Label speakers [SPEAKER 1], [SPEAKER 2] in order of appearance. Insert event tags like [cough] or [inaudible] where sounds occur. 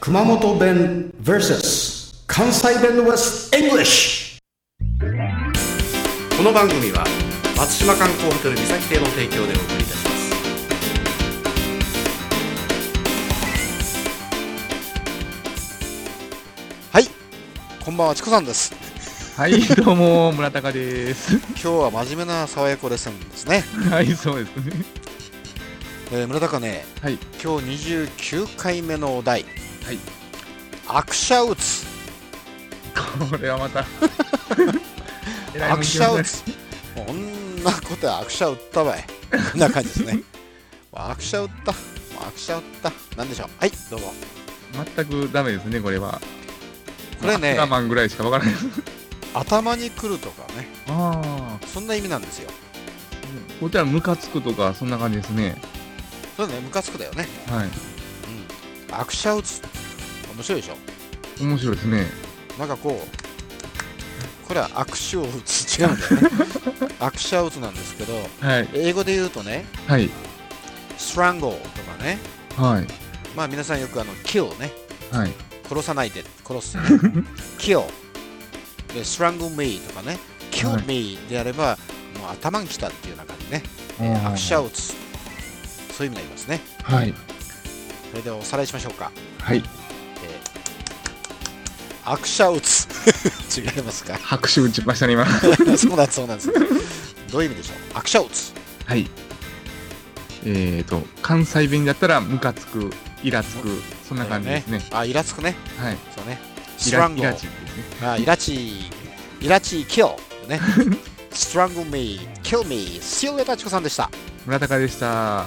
[SPEAKER 1] 熊本弁 vs 関西弁 vs English
[SPEAKER 2] この番組は松島観光ホテル三崎邸の提供でお送りいたします
[SPEAKER 1] はいこんばんはチコさんです
[SPEAKER 3] はい、どうも、村高です。
[SPEAKER 1] 今
[SPEAKER 3] [laughs]
[SPEAKER 1] 日は真面目な爽やかレッスンですね、
[SPEAKER 3] はい、そうですね。
[SPEAKER 1] えー、村高ね
[SPEAKER 3] はい、
[SPEAKER 1] 今日29回目のお題
[SPEAKER 3] はい
[SPEAKER 1] アクシャウツ
[SPEAKER 3] これはま [laughs] た。えらい
[SPEAKER 1] ア
[SPEAKER 3] もん
[SPEAKER 1] ク
[SPEAKER 3] いき
[SPEAKER 1] シ
[SPEAKER 3] ま
[SPEAKER 1] ャ
[SPEAKER 3] すね
[SPEAKER 1] 打つこんなことはアクシャ打ったばい [laughs] こんな感じですねアクシャ打ったアクシャ打ったなんでしょうはいどうも
[SPEAKER 3] 全くダメですね、これは。
[SPEAKER 1] これね
[SPEAKER 3] [laughs] 我慢ぐらいしかわからないです。
[SPEAKER 1] 頭にくるとかね
[SPEAKER 3] ああ、
[SPEAKER 1] そんな意味なんですよ
[SPEAKER 3] こちらムカつくとか、そんな感じですね。
[SPEAKER 1] そうだねムカつくだよねう
[SPEAKER 3] はい、
[SPEAKER 1] んアクシャ打つ面白いでしょ
[SPEAKER 3] 面白いですね。
[SPEAKER 1] なんかこうこれは握手を打つ違うんだよね握手を打つなんですけど
[SPEAKER 3] はい、
[SPEAKER 1] 英語で言うとね
[SPEAKER 3] はい、
[SPEAKER 1] strangle とかね
[SPEAKER 3] はい、
[SPEAKER 1] まあ皆さんよくあの kill ね
[SPEAKER 3] はい、
[SPEAKER 1] 殺さないで殺す、ね、kill で strangle me とかね kill
[SPEAKER 3] はい
[SPEAKER 1] me でやれば、もう頭にきたっていう中にね
[SPEAKER 3] あー
[SPEAKER 1] 握手を打つそういう意味になりますね
[SPEAKER 3] はい、
[SPEAKER 1] それでおさらいしましょうか
[SPEAKER 3] はい、
[SPEAKER 1] 握手を打つ [laughs] 違いますか [laughs]
[SPEAKER 3] 拍手打ちましたね、今。 [laughs] は
[SPEAKER 1] そうなんですそうなんですどういう意味でしょう握手を打つ
[SPEAKER 3] い。えーと、関西弁だったら、ムカつく、イラつく、そんな感じですね。
[SPEAKER 1] あイラつくね
[SPEAKER 3] はい、
[SPEAKER 1] そうね。
[SPEAKER 3] イ
[SPEAKER 1] ストラ
[SPEAKER 3] ラ
[SPEAKER 1] ン
[SPEAKER 3] イ
[SPEAKER 1] グル
[SPEAKER 3] ラ。チですね。
[SPEAKER 1] あ、イラチ、イラチ、キル。ね。ストラングル me、kill me。シルエタチコさんでした。
[SPEAKER 3] 村高でした。